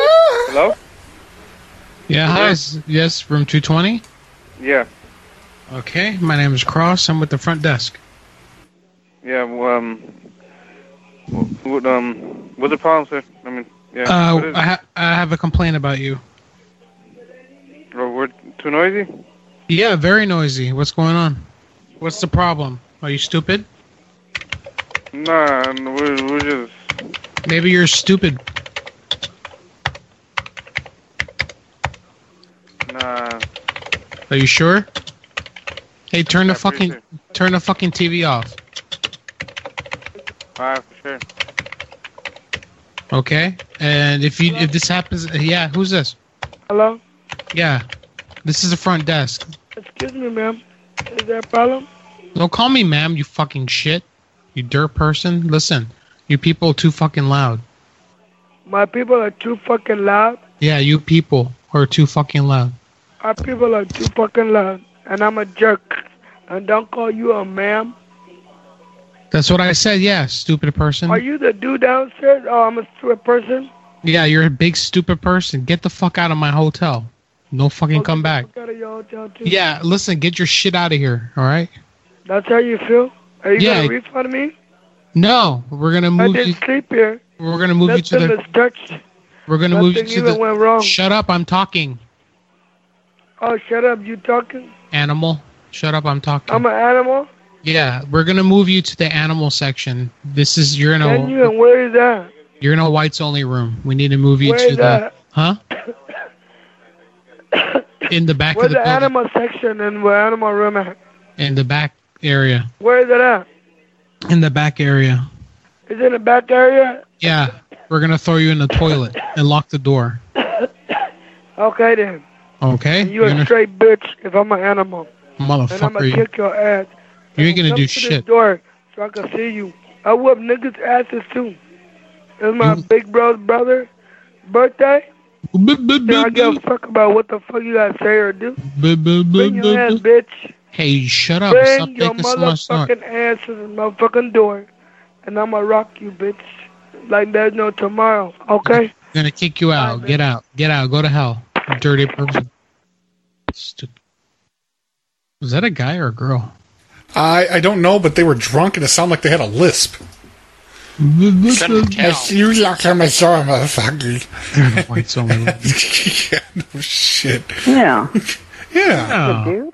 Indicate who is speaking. Speaker 1: Hello?
Speaker 2: Yeah, hi. is- Yes, room 220.
Speaker 1: Yeah.
Speaker 2: Okay, my name is Cross. I'm with the front desk.
Speaker 1: Yeah. Well, um. wh- What um? What's the problem, sir? I mean, yeah. what
Speaker 2: Uh,
Speaker 1: is
Speaker 2: I, ha- I have a complaint about you.
Speaker 1: it? Oh, we're too noisy.
Speaker 2: Yeah, very noisy. What's going on? What's the problem? Are you stupid?
Speaker 1: Nah, no, we're we're just.
Speaker 2: Maybe you're stupid.
Speaker 1: Nah.
Speaker 2: Are you sure? Hey, turn the
Speaker 1: Yeah, pretty
Speaker 2: fucking
Speaker 1: sure.
Speaker 2: turn the fucking TV off.
Speaker 1: Alright, for sure.
Speaker 2: Okay? And if you if this happens, yeah, who's this?
Speaker 3: Hello?
Speaker 2: Yeah, this is the front desk.
Speaker 3: Excuse me, ma'am. Is there a problem?
Speaker 2: Don't call me ma'am, you fucking shit. You dirt person. Listen, you people are too fucking loud.
Speaker 3: My people are too fucking loud.
Speaker 2: Yeah, you people are too fucking loud.
Speaker 3: Our people are too fucking loud. And I'm a jerk. And don't call you a ma'am.
Speaker 2: That's what I said. Yeah, stupid person.
Speaker 3: Are you the dude downstairs? Oh, I'm a stupid person.
Speaker 2: yeah, you're a big stupid person. Get the fuck out of my hotel. No fucking
Speaker 3: Oh,
Speaker 2: come
Speaker 3: get the
Speaker 2: back.
Speaker 3: fuck out of your hotel, too.
Speaker 2: Yeah, listen, get your shit out of here. All right?
Speaker 3: That's how you feel? Are you
Speaker 2: Yeah.
Speaker 3: gonna refund me?
Speaker 2: No, we're gonna
Speaker 3: I
Speaker 2: move you.
Speaker 3: didn't sleep here.
Speaker 2: We're gonna move you to
Speaker 3: Nothing
Speaker 2: the.
Speaker 3: was touched.
Speaker 2: We're gonna move you
Speaker 3: Nothing
Speaker 2: to
Speaker 3: even
Speaker 2: the.
Speaker 3: went wrong.
Speaker 2: Shut up! I'm talking,
Speaker 3: oh, shut up. You talking?
Speaker 2: animal. Shut up! I'm talking.
Speaker 3: I'm an animal?
Speaker 2: yeah, we're gonna move you to the animal section. This is you're in a
Speaker 3: Can you? And where is that?
Speaker 2: you're in a whites only room. We need to move you
Speaker 3: Where
Speaker 2: to
Speaker 3: is
Speaker 2: the
Speaker 3: that?
Speaker 2: huh in the back
Speaker 3: Where's
Speaker 2: of the,
Speaker 3: the
Speaker 2: building,
Speaker 3: animal section and where animal room at?
Speaker 2: in the back area
Speaker 3: Where is it at?
Speaker 2: in the back area.
Speaker 3: Is it in the back area?
Speaker 2: Yeah, we're gonna throw you in the toilet and lock the door.
Speaker 3: Okay then.
Speaker 2: Okay,
Speaker 3: You a
Speaker 2: You're gonna-
Speaker 3: straight bitch if I'm an animal. And I'ma
Speaker 2: motherfucker. You,
Speaker 3: kick your ass.
Speaker 2: you ain't gonna
Speaker 3: Come
Speaker 2: do
Speaker 3: to
Speaker 2: shit.
Speaker 3: This door so I can see you. I whoop niggas' asses too. It's my
Speaker 2: You-
Speaker 3: big bro's brother birthday.
Speaker 2: Boop, boop,
Speaker 3: Then I
Speaker 2: boop,
Speaker 3: give a
Speaker 2: boop.
Speaker 3: fuck about what the fuck you gotta say or do.
Speaker 2: Boop, boop,
Speaker 3: Bring
Speaker 2: boop,
Speaker 3: your ass,
Speaker 2: boop, boop.
Speaker 3: bitch.
Speaker 2: Hey, shut up! Stop
Speaker 3: Bring your
Speaker 2: making so much noise.
Speaker 3: motherfucking ass to the motherfucking door. And I'ma rock you, bitch. Like there's no tomorrow, okay?
Speaker 2: I'm gonna kick you out. Get out. Get out. Go to hell. you Dirty person. Stupid. Was that a guy or a girl?
Speaker 4: I, I don't know, but they were drunk and it sounded like they had a lisp.
Speaker 5: Cow.
Speaker 4: you like how I saw motherfucker.
Speaker 2: White so little.
Speaker 4: yeah, no shit.
Speaker 6: Yeah.
Speaker 4: Yeah.
Speaker 2: Oh,
Speaker 6: Dude.